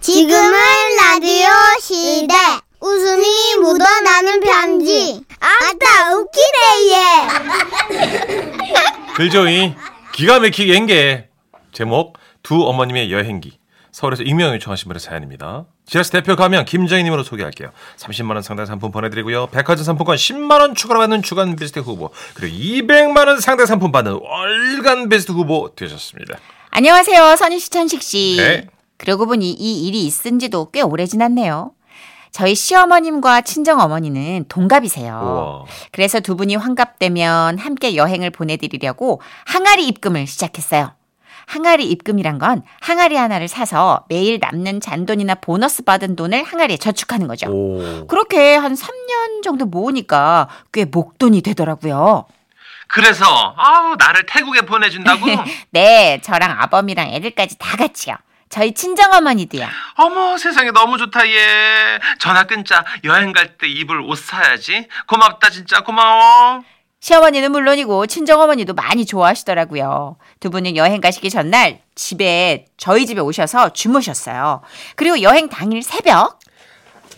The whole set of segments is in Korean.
지금은 라디오 시대. 웃음이 묻어나는 편지. 아따, 웃기네, 얘. 글조이 기가 막히게 한게 제목 두 어머님의 여행기 서울에서 익명 요청하신 분의 사연입니다. 지라스 대표 가면 김정희님으로 소개할게요. 30만 원 상당 상품 보내드리고요. 백화점 상품권 10만 원 추가로 받는 주간 베스트 후보 그리고 200만 원 상당 상품 받는 월간 베스트 후보 되셨습니다. 안녕하세요, 선희 씨, 천식 씨. 네. 그러고 보니 이 일이 있은 지도 꽤 오래 지났네요. 저희 시어머님과 친정어머니는 아. 동갑이세요. 우와. 그래서 두 분이 환갑되면 함께 여행을 보내드리려고 항아리 입금을 시작했어요. 항아리 입금이란 건 항아리 하나를 사서 매일 남는 잔돈이나 보너스 받은 돈을 항아리에 저축하는 거죠. 오. 그렇게 한 3년 정도 모으니까 꽤 목돈이 되더라고요. 그래서 아우 나를 태국에 보내준다고? 네, 저랑 아범이랑 애들까지 다 같이요. 저희 친정어머니도요. 어머 세상에 너무 좋다 얘 전화 끊자 여행 갈 때 입을 옷 사야지 고맙다 진짜 고마워 시어머니는 물론이고 친정어머니도 많이 좋아하시더라고요. 두 분은 여행 가시기 전날 집에 저희 집에 오셔서 주무셨어요. 그리고 여행 당일 새벽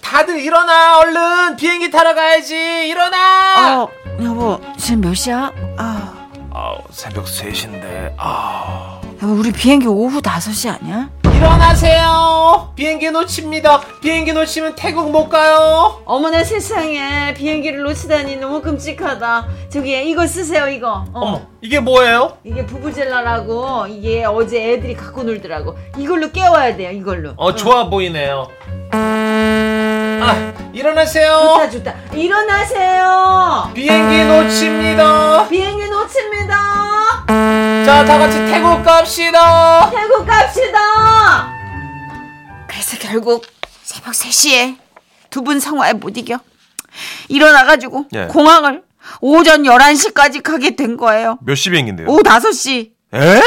다들 일어나 얼른 비행기 타러 가야지 일어나 어, 여보 지금 몇 시야? 아, 아, 새벽 3시인데 아. 여보 우리 비행기 오후 5시 아니야? 일어나세요 비행기 놓칩니다 비행기 놓치면 태국 못 가요 어머나 세상에 비행기를 놓치다니 너무 끔찍하다. 저기 이거 쓰세요 이거. 어. 어머 이게 뭐예요? 이게 부부젤라라고 이게 어제 애들이 갖고 놀더라고. 이걸로 깨워야 돼요 이걸로. 어 좋아 보이네요 아 일어나세요 아, 좋다 좋다. 일어나세요. 비행기 놓칩니다 비행기 놓칩니다. 자 다 같이 태국 갑시다 태국 갑시다. 그래서 결국 새벽 3시에 두 분 성화에 못 이겨 일어나가지고 예. 공항을 오전 11시까지 가게 된 거예요. 몇시 비행기인데요? 어? 오후 5시 에?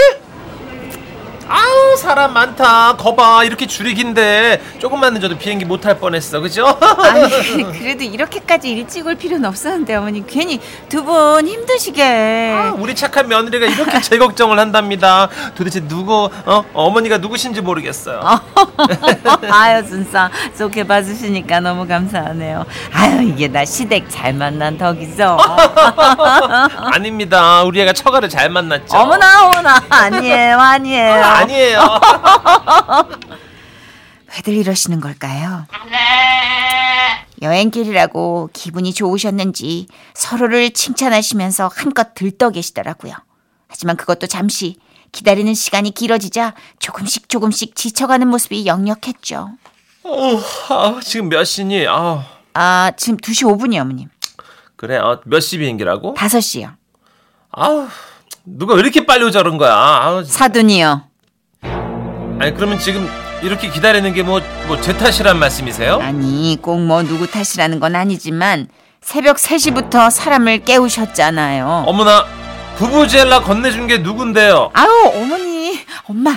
아우 사람 많다. 거봐 이렇게 줄이 긴데 조금만 늦어도 비행기 못 탈 뻔했어. 그죠? 아니 그래도 이렇게까지 일찍 올 필요는 없었는데 어머니 괜히 두 분 힘드시게 아, 우리 착한 며느리가 이렇게 제 걱정을 한답니다. 도대체 누구 어? 어머니가 누구신지 모르겠어요. 아. 아유 진짜 좋게 봐주시니까 너무 감사하네요 아유 이게 나 시댁 잘 만난 덕이죠 아닙니다. 우리 애가 처가를 잘 만났죠. 어머나 어머나 아니에요 아니에요 아니에요. 왜들 이러시는 걸까요? 여행길이라고 기분이 좋으셨는지 서로를 칭찬하시면서 한껏 들떠 계시더라고요. 하지만 그것도 잠시 기다리는 시간이 길어지자 조금씩 조금씩 지쳐가는 모습이 역력했죠. 어, 아, 지금 몇 시니? 아 아, 지금 2시 5분이요, 어머님. 그래. 어, 몇 시 비행기라고? 5시요. 아우 누가 왜 이렇게 빨리 오자는 거야? 아우, 진짜. 사돈이요. 아니 그러면 지금 이렇게 기다리는 게 뭐 뭐 제 탓이란 말씀이세요? 아니, 꼭 뭐 누구 탓이라는 건 아니지만 새벽 3시부터 사람을 깨우셨잖아요. 어머나 부부젤라 건네준 게 누군데요? 아우, 어머니, 엄마.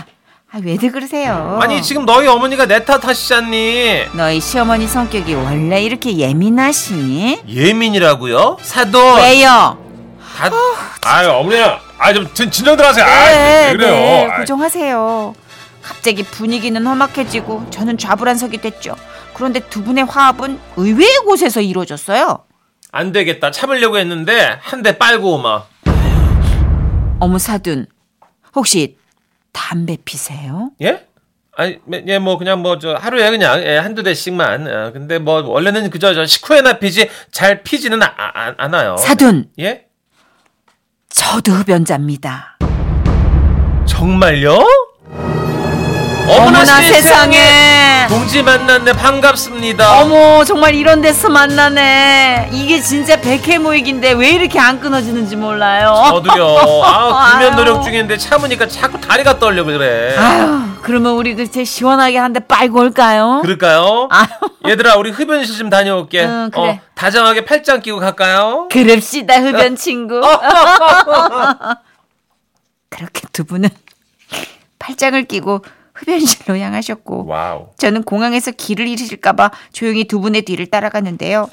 아, 왜들 그러세요? 아니 지금 너희 어머니가 내 탓 하시잖니 너희 시어머니 성격이 원래 이렇게 예민하시니? 예민이라고요? 사돈 네. 왜요? 다... 아유 어머니야 아좀 네, 아. 진정들 하세요 네, 고정하세요. 갑자기 분위기는 험악해지고 저는 좌불안석이 됐죠. 그런데 두 분의 화합은 의외의 곳에서 이루어졌어요. 안 되겠다 참으려고 했는데 한 대 빨고 오마 어머 사둔, 혹시 담배 피세요? 예? 아니 예 뭐 그냥 뭐 저 하루에 그냥 예, 한두 대씩만 어, 근데 뭐 원래는 그저 저 식후에나 피지 잘 피지는 아, 아, 않아요 사둔, 예? 저도 흡연자입니다. 정말요? 어머나 세상에! 동지 만났네 반갑습니다 어머 정말 이런 데서 만나네. 이게 진짜 백해 모이기인데 왜 이렇게 안 끊어지는지 몰라요. 저도요. 아, 금연 아유. 노력 중인데 참으니까 자꾸 다리가 떨려 그래. 아유, 그러면 우리 그제 시원하게 한 대 빨고 올까요? 그럴까요? 얘들아, 우리 흡연실 좀 다녀올게. 응, 그래. 어, 다정하게 팔짱 끼고 갈까요? 그럽시다 어. 흡연 친구. 그렇게 두 분은 팔짱을 끼고 흡연실로 향하셨고 와우. 저는 공항에서 길을 잃으실까봐 조용히 두 분의 뒤를 따라갔는데요.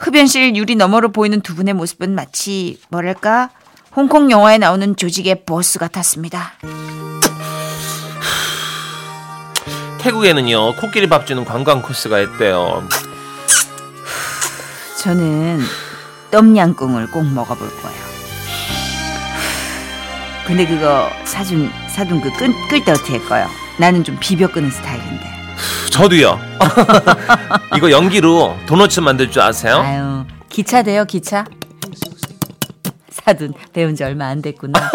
흡연실 유리 너머로 보이는 두 분의 모습은 마치 뭐랄까 홍콩 영화에 나오는 조직의 보스 같았습니다. 태국에는요 코끼리 밥 주는 관광 코스가 있대요. 저는 똠양꿍을 꼭 먹어볼 거예요. 근데 그거 사준 사둔 그 끓 때 어떻게 꺼요? 나는 좀 비벼 끄는 스타일인데. 저도요. 이거 연기로 도넛츠 만들 줄 아세요? 아유 기차 돼요 기차? 사둔 배운 지 얼마 안 됐구나.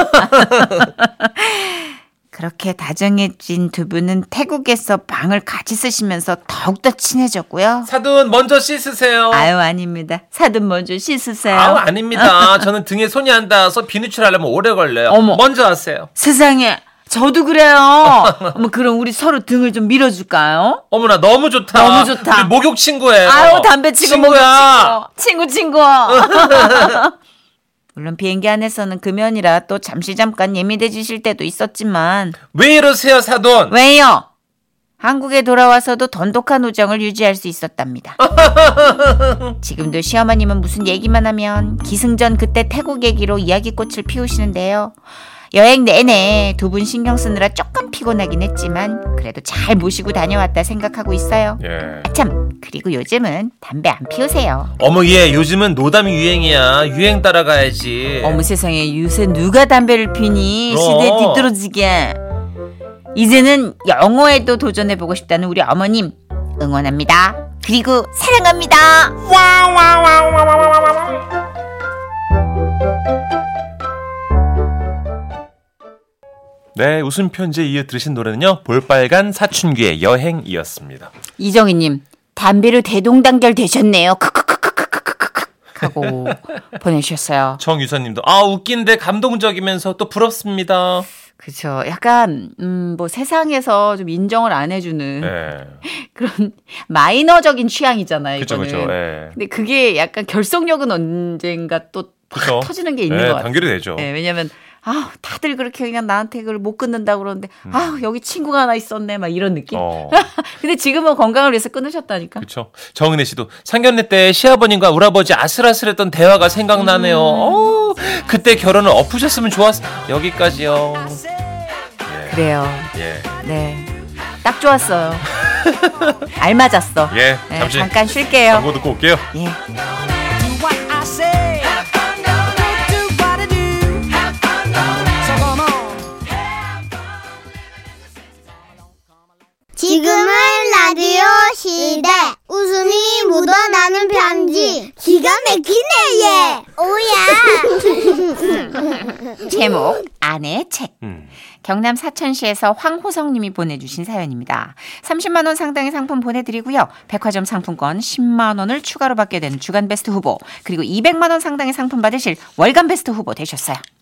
그렇게 다정해진 두 분은 태국에서 방을 같이 쓰시면서 더욱더 친해졌고요. 사돈 먼저 씻으세요. 아유 아닙니다. 사둔 먼저 씻으세요. 어? 아우 아닙니다. 저는 등에 손이 안 닿아서 비누칠하려면 오래 걸려요. 어머. 먼저 하세요. 세상에 저도 그래요. 어머 그럼 우리 서로 등을 좀 밀어줄까요? 어머나 너무 좋다. 너무 좋다. 우리 목욕 친구예요. 아유 담배 치고 먹 네. 어, 친구야. 친구 친구. 물론 비행기 안에서는 금연이라 또 잠시 잠깐 예민해지실 때도 있었지만 왜 이러세요 사돈? 왜요? 한국에 돌아와서도 돈독한 우정을 유지할 수 있었답니다. 지금도 시어머님은 무슨 얘기만 하면 기승전 그때 태국 얘기로 이야기꽃을 피우시는데요. 여행 내내 두 분 신경 쓰느라 조금 피곤하긴 했지만 그래도 잘 모시고 다녀왔다 생각하고 있어요. 예. 아참 그리고 요즘은 담배 안 피우세요. 어머 얘 요즘은 노담이 유행이야. 유행 따라가야지. 어머 세상에 요새 누가 담배를 피니 그럼. 시대 뒤떨어지게. 이제는 영어에도 도전해보고 싶다는 우리 어머님 응원합니다. 그리고 사랑합니다. 네, 웃음 편지에 이어 들으신 노래는요. 볼빨간 사춘기의 여행이었습니다. 이정희님 담배로 대동단결 되셨네요. 크크크크크크크크 하고 보내주셨어요. 정유선님도 아 웃긴데 감동적이면서 또 부럽습니다. 그쵸. 약간 음, 뭐 세상에서 좀 인정을 안 해주는 예. 그런 마이너적인 취향이잖아요. 그쵸, 이거는. 그쵸. 예. 근데 그게 약간 결속력은 언젠가 또 그쵸. 터지는 게 있는 예, 것 같아요. 단결이 되죠. 네, 예, 왜냐면 아 다들 그렇게 그냥 나한테 그걸 못 끊는다 그러는데 아 여기 친구가 하나 있었네 막 이런 느낌. 음. 어. 근데 지금은 건강을 위해서 끊으셨다니까. 그렇죠. 정은혜 씨도 상견례 때 시아버님과 우라버지 아슬아슬했던 대화가 음. 생각나네요. 어우, 그때 결혼을 엎으셨으면 좋았. 여기까지요. 그래요. 예, 네. 딱 좋았어요. 알맞았어. 예. 네, 잠시 잠깐 쉴게요. 광고 듣고 올게요. 지금은 라디오 시대. 웃음이 묻어나는 편지. 기가 막히네, 얘. 오야. 제목 아내의 책 음. 경남 사천시에서 황호성님이 보내주신 사연입니다. 30만 원 상당의 상품 보내드리고요. 백화점 상품권 10만 원을 추가로 받게 되는 주간 베스트 후보 그리고 200만 원 상당의 상품 받으실 월간 베스트 후보 되셨어요. 예.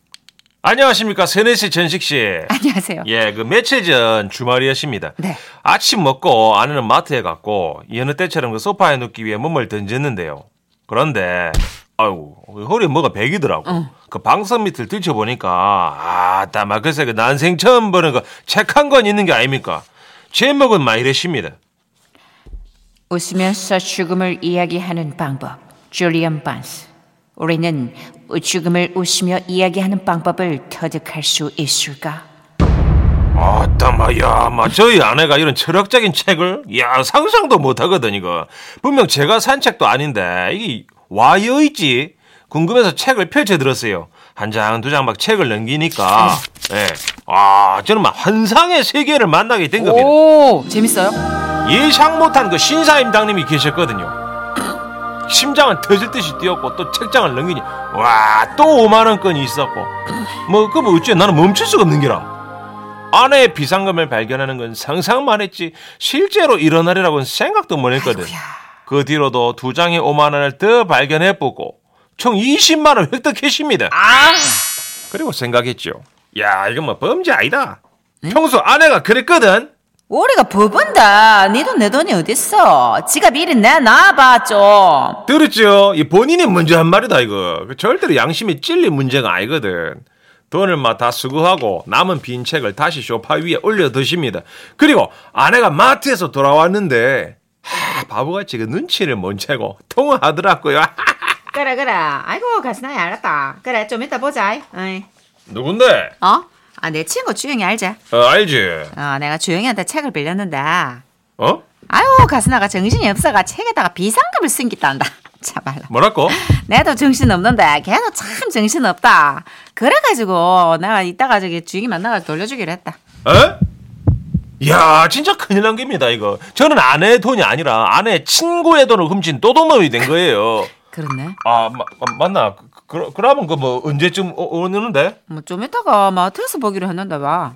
안녕하십니까 세네 씨, 전식 씨. 안녕하세요. 예, 그 며칠 전 주말이었습니다. 네. 아침 먹고 아내는 마트에 갔고 여느 때처럼 그 소파에 눕기 위해 몸을 던졌는데요. 그런데 아유 허리에 뭐가 베기더라고. 어. 그 방석 밑을 들춰보니까 아따마 글쎄 그 난생 처음 보는 그책 한 권 있는 게 아닙니까? 제목은 마이래십니다. 웃으면서 죽음을 이야기하는 방법 줄리언 반스 우리는 죽음을 웃으며 이야기하는 방법을 터득할 수 있을까? 아따마 야마 저희 아내가 이런 철학적인 책을 야 상상도 못하거든 이거 분명 제가 산 책도 아닌데 이게 와여있지 궁금해서 책을 펼쳐들었어요 한 장 두 장 막 책을 넘기니까 예. 예아 저는 막 환상의 세계를 만나게 된 겁니다 오 재밌어요? 예상 못한 그 신사임당님이 계셨거든요 심장은 터질 듯이 뛰었고 또 책장을 넘기니 와 또 5만원 건이 있었고 뭐 그뭐 어째 나는 멈출 수가 없는 게라 아내의 비상금을 발견하는 건 상상만 했지 실제로 일어나리라고는 생각도 못 했거든 그 뒤로도 두 장의 5만원을 더 발견해 보고 총 20만원 획득했습니다 그리고 생각했죠 야 이건 뭐 범죄 아니다 평소 아내가 그랬거든 우리가 부분다. 네 돈 내 돈이 어딨어? 지갑 이리 내놔봐 좀. 들었죠? 이 본인이 문제 한 말이다 이거. 그 절대로 양심이 찔린 문제가 아니거든. 돈을 막 다 수거하고 남은 빈 책을 다시 소파 위에 올려 드십니다. 그리고 아내가 마트에서 돌아왔는데 하, 바보같이 그 눈치를 못 채고 통화하더라고요. 그래 그래. 아이고 가스나야 알았다. 그래 좀 이따 보자. 어이. 누군데? 어? 아, 내 친구 주영이 알자. 어, 알지? 어, 내가 주영이한테 책을 빌렸는데. 어? 아유, 가스나가 정신이 없어가 책에다가 비상금을 숨겼단다. 참말로. 뭐랄까? 내도 정신 없는데 걔도 참 정신 없다. 그래가지고 내가 이따가 저기 주인이 만나가지고 돌려주기로 했다. 에? 야, 진짜 큰일 난 겁니다, 이거. 저는 아내의 돈이 아니라 아내의 친구의 돈을 훔친 도둑놈이 된 거예요. 그렇네. 아, 마- 마- 맞나? 그, 그, 그러면 그 뭐 언제쯤 오, 오는데? 뭐 좀 이따가 마트에서 보기로 했는데 봐.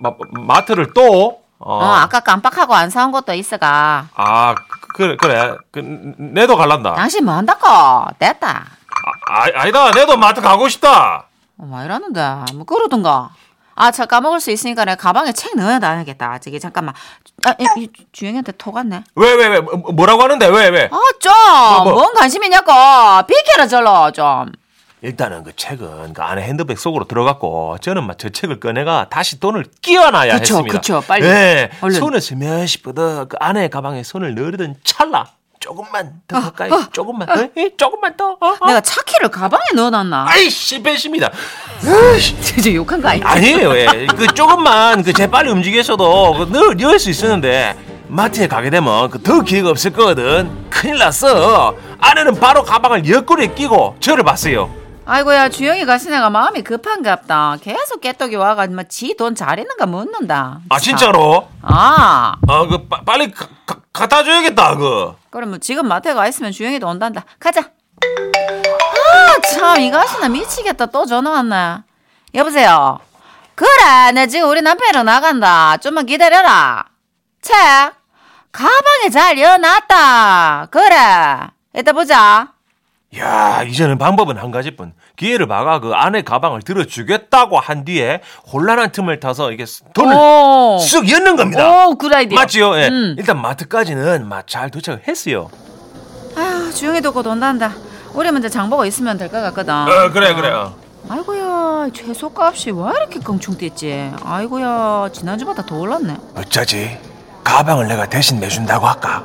마, 마트를 또? 어, 어. 아까 깜빡하고 안 사온 것도 있어가. 아, 그- 그래, 그래. 그, 내도 갈란다. 당신 뭐 한다고? 됐다. 아, 아, 아니다, 내도 마트 가고 싶다. 어마 이러는데 뭐 그러던가. 아, 저 까먹을 수 있으니까 내 가방에 책 넣어야 다녀야겠다. 저기 잠깐만. 아, 이- 이 주영이한테 톡 왔네. 왜, 왜, 왜, 뭐- 뭐라고 하는데, 왜, 왜? 아, 좀! 뭐? 뭔 관심이냐고! 비켜라, 절로, 좀! 일단은 그 책은 그 안에 핸드백 속으로 들어갔고 저는 막 저 책을 꺼내가 다시 돈을 끼워놔야 그쵸, 했습니다. 그쵸, 빨리. 네, 얼른. 손에서 몇십 보다 그 안에 가방에 손을 넣으려던 찰나 조금만 더 아, 가까이 조금만 더 예? 조금만 더. 어? 어? 내가 차키를 가방에 넣어놨나? 아이씨 배십니다. 진짜 욕한 거 아니야? 아니에요. 예. 그 조금만 그 재빨리 움직여서도 그 넣, 넣을 수 있었는데 마트에 가게 되면 그 더 기회가 없을 거거든. 큰일 났어. 아내는 바로 가방을 옆구리에 끼고 저를 봤어요. 아이고야 주영이 가시네가 마음이 급한갑다 계속 깨떡이 와가지고 뭐 지 돈 잘 있는가 묻는다 아 진짜로? 아 아 그 빨리 가, 가- 갖다 줘야겠다 그. 그럼 뭐 지금 마트에 가 있으면 주영이도 온단다 가자 아, 아참이 가시네 미치겠다 또 전화 왔네 여보세요 그래 내 지금 우리 남편이랑 나간다 좀만 기다려라 책 가방에 잘 넣어놨다 그래 이따 보자 야 이제는 방법은 한 가지뿐. 기회를 막아 그 안에 가방을 들어주겠다고 한 뒤에 혼란한 틈을 타서 이게 돈을 오, 쑥 엿는 겁니다. 오 어. 굿아이디어 맞지요? 예. 음. 일단 마트까지는 막 잘 도착했어요. 아휴 주영이도 곧 온단다 우리 먼저 장 보고 있으면 될 것 같거든 어 그래 그래. 어. 아이고야 채소값이 왜 이렇게 껑충 뛰었지 아이고야 지난주보다 더 올랐네 어쩌지? 가방을 내가 대신 내준다고 할까?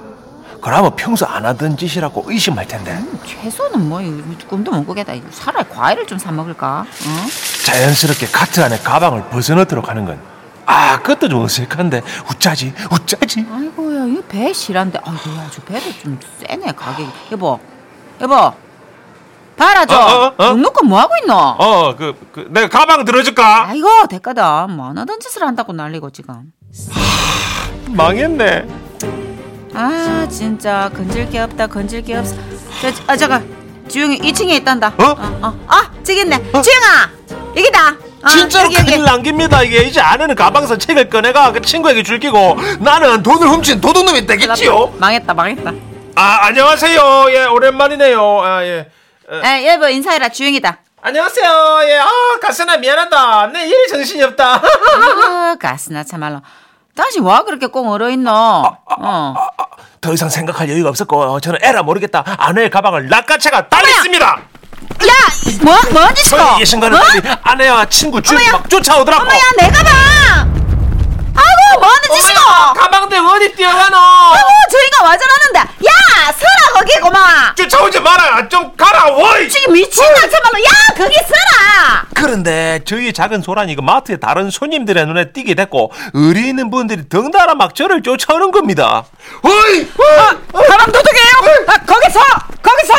그러면 평소 안 하던 짓이라고 의심할 텐데 채소는 뭐 이거 꿈도 못 꾸겠다 이거 차라리 과일을 좀 사 먹을까 어? 응? 자연스럽게 카트 안에 가방을 벗어넣도록 하는 건. 아, 그것도 좀 어색한데 우짜지, 우짜지. 아이고야 이배 실한데 아이고야 저 배도 좀 세네 가격이 여보 여보 봐라 어, 저 어, 어? 눅눅거 뭐하고 있노 어, 그, 그 내가 가방 들어줄까? 아이고 됐거든 뭐 하던 짓을 한다고 난리고 지금 망했네. 아 진짜 건질 게 없다 건질 게 없어 저, 아 잠깐 주영이 2층에 있단다 어? 어, 어. 아 저기 있네 주영아 여기다 어, 진짜로 여기, 여기. 큰일 난 겁니다 이게 이제 아내는 가방에서 책을 꺼내가 그 친구에게 줄기고 나는 돈을 훔친 도둑놈이 되겠지요. 어, 망했다 망했다 아 안녕하세요 예 오랜만이네요 아 예. 에 여보 인사해라 주영이다 안녕하세요 예아 가스나 미안하다 내 일이 정신이 없다. 아 가스나 참말로 당신 와 그렇게 꽁 얼어있노 어. 아, 더 이상 생각할 여유가 없었고 어, 저는 에라 모르겠다 아내의 가방을 낚아채가 달렸습니다. 야 뭐, 뭔 짓이고 저희 예신가는 뭐? 달리 아내와 친구 주인 어머야. 막 쫓아오더라고. 어머야 내 가방 아이고 뭐하는 짓이고 어? 가방들 어디 뛰어가노? 아이고 주영이가 와전하는데 야 서라 거기 고마워 쫓아오지 마라 좀 가라 워이. 지금 미친나 참말로 야 거기 서라 그런데 저희 작은 소란이 그 마트의 다른 손님들의 눈에 띄게 됐고 의리 있는 분들이 덩달아 막 저를 쫓아오는 겁니다. 어이! 가방 도둑이에요? 아, 거기서! 거기서!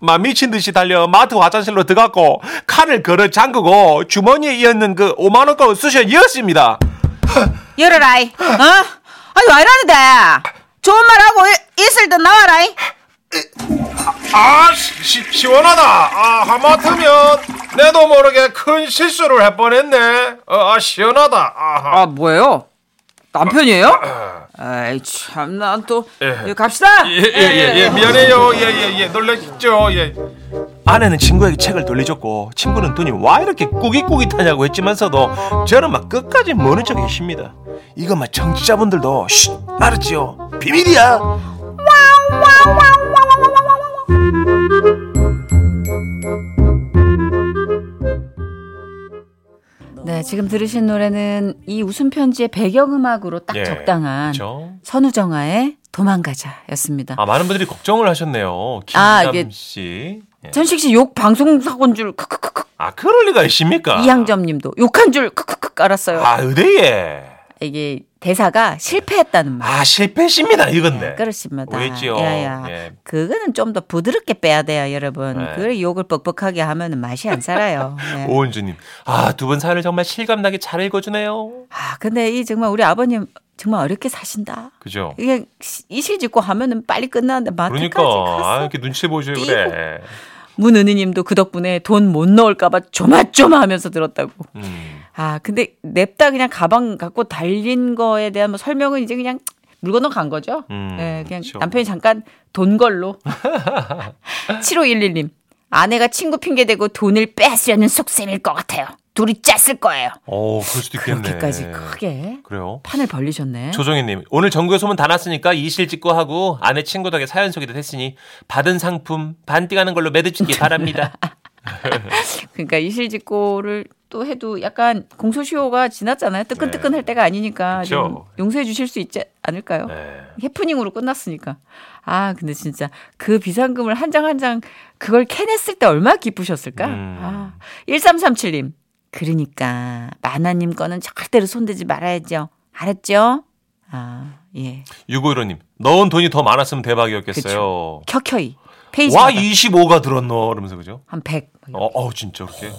막 미친 듯이 달려 마트 화장실로 들어갔고 칼을 걸어 잠그고 주머니에 이었는 그 5만 원가운 수셔 이었습니다. 열어라이. 어? 아니, 왜 이러는데? 좋은 말 하고 이- 있을 때 나와라이. 아 시, 시원하다. 아 하마터면 내도 모르게 큰 실수를 할 뻔했네. 아 시원하다. 아, 뭐예요? 남편이에요? 아이, 참, 난 또. 예. 이거 갑시다! 예예예 미안해요 예예예 놀라시죠 예 아내는 친구에게 책을 돌려줬고 친구는 돈이 와 이렇게 꾸깃꾸깃하냐고 했지만서도 저는 막 끝까지 모른 척 계십니다 이거 막 청취자분들도 쉿 알았지요 비밀이야 아, 네, 지금 들으신 노래는 이 웃음편지의 배경음악으로 딱 예, 적당한 그쵸. 선우정아의 도망가자 였습니다. 아 많은 분들이 걱정을 하셨네요 아, 이게- 김남씨 예. 전식 씨 욕 방송사고인 줄 크크크크 아 그럴 리가 있습니까? 이항점님도 욕한 줄 크크크 알았어요. 아 의대에 이게 대사가 실패했다는 말. 아 실패십니다 네, 이건데. 그렇습니다. 오해지요. 야야. 예. 그거는 좀 더 부드럽게 빼야 돼요, 여러분. 네. 그래 욕을 뻑뻑하게 하면 은 맛이 안 살아요. 네. 오은주님, 아 두 분 사연을 정말 실감나게 잘 읽어주네요. 아, 근데 이 정말 우리 아버님 정말 어렵게 사신다. 그죠? 이게 시- 이실직고 하면은 빨리 끝나는데 마트까지 그러니까 아, 갔어. 이렇게 눈치 보여줘요 그래. 문은희님도 그 덕분에 돈 못 넣을까봐 조마조마하면서 들었다고. 음. 아, 근데 냅다 그냥 가방 갖고 달린 거에 대한 뭐 설명은 이제 그냥 물 건너 간 거죠. 음, 예, 그냥 그렇죠. 남편이 잠깐 돈 걸로. 7511님. 아내가 친구 핑계 대고 돈을 뺏으려는 속셈일 것 같아요. 둘이 짰을 거예요. 어, 그럴 수도 있겠네. 그렇게까지 크게 그래요. 판을 벌리셨네. 조정희님, 오늘 전국에 소문 다 났으니까 이실 직고 하고 아내 친구 덕에 사연 소개도 했으니 받은 상품 반띵 하는 걸로 매듭짓기 바랍니다. 그러니까 이실직고를 또 해도 약간 공소시효가 지났잖아요. 뜨끈뜨끈할 때가 아니니까 네. 좀 그렇죠. 용서해 주실 수 있지 않을까요? 네. 해프닝으로 끝났으니까. 아, 근데 진짜 그 비상금을 한 장 한 장 그걸 캐냈을 때 얼마나 기쁘셨을까? 음. 아, 1337님. 그러니까 만화님 거는 절대로 손대지 말아야죠. 알았죠? 아, 예. 6515님, 넣은 돈이 더 많았으면 대박이었겠어요. 켜켜이. 페이지 와, 마다 25가 들었노. 이러면서 그죠? 한 100. 어, 어 진짜. 그렇게.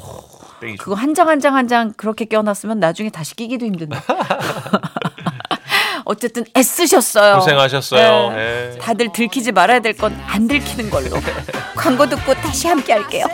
땡이 그거 한 장 한 장 한 장 그렇게 껴놨으면 나중에 다시 끼기도 힘든데. 어쨌든 애쓰셨어요. 고생하셨어요. 네. 예. 다들 들키지 말아야 될 건 안 들키는 걸로. 광고 듣고 다시 함께 할게요.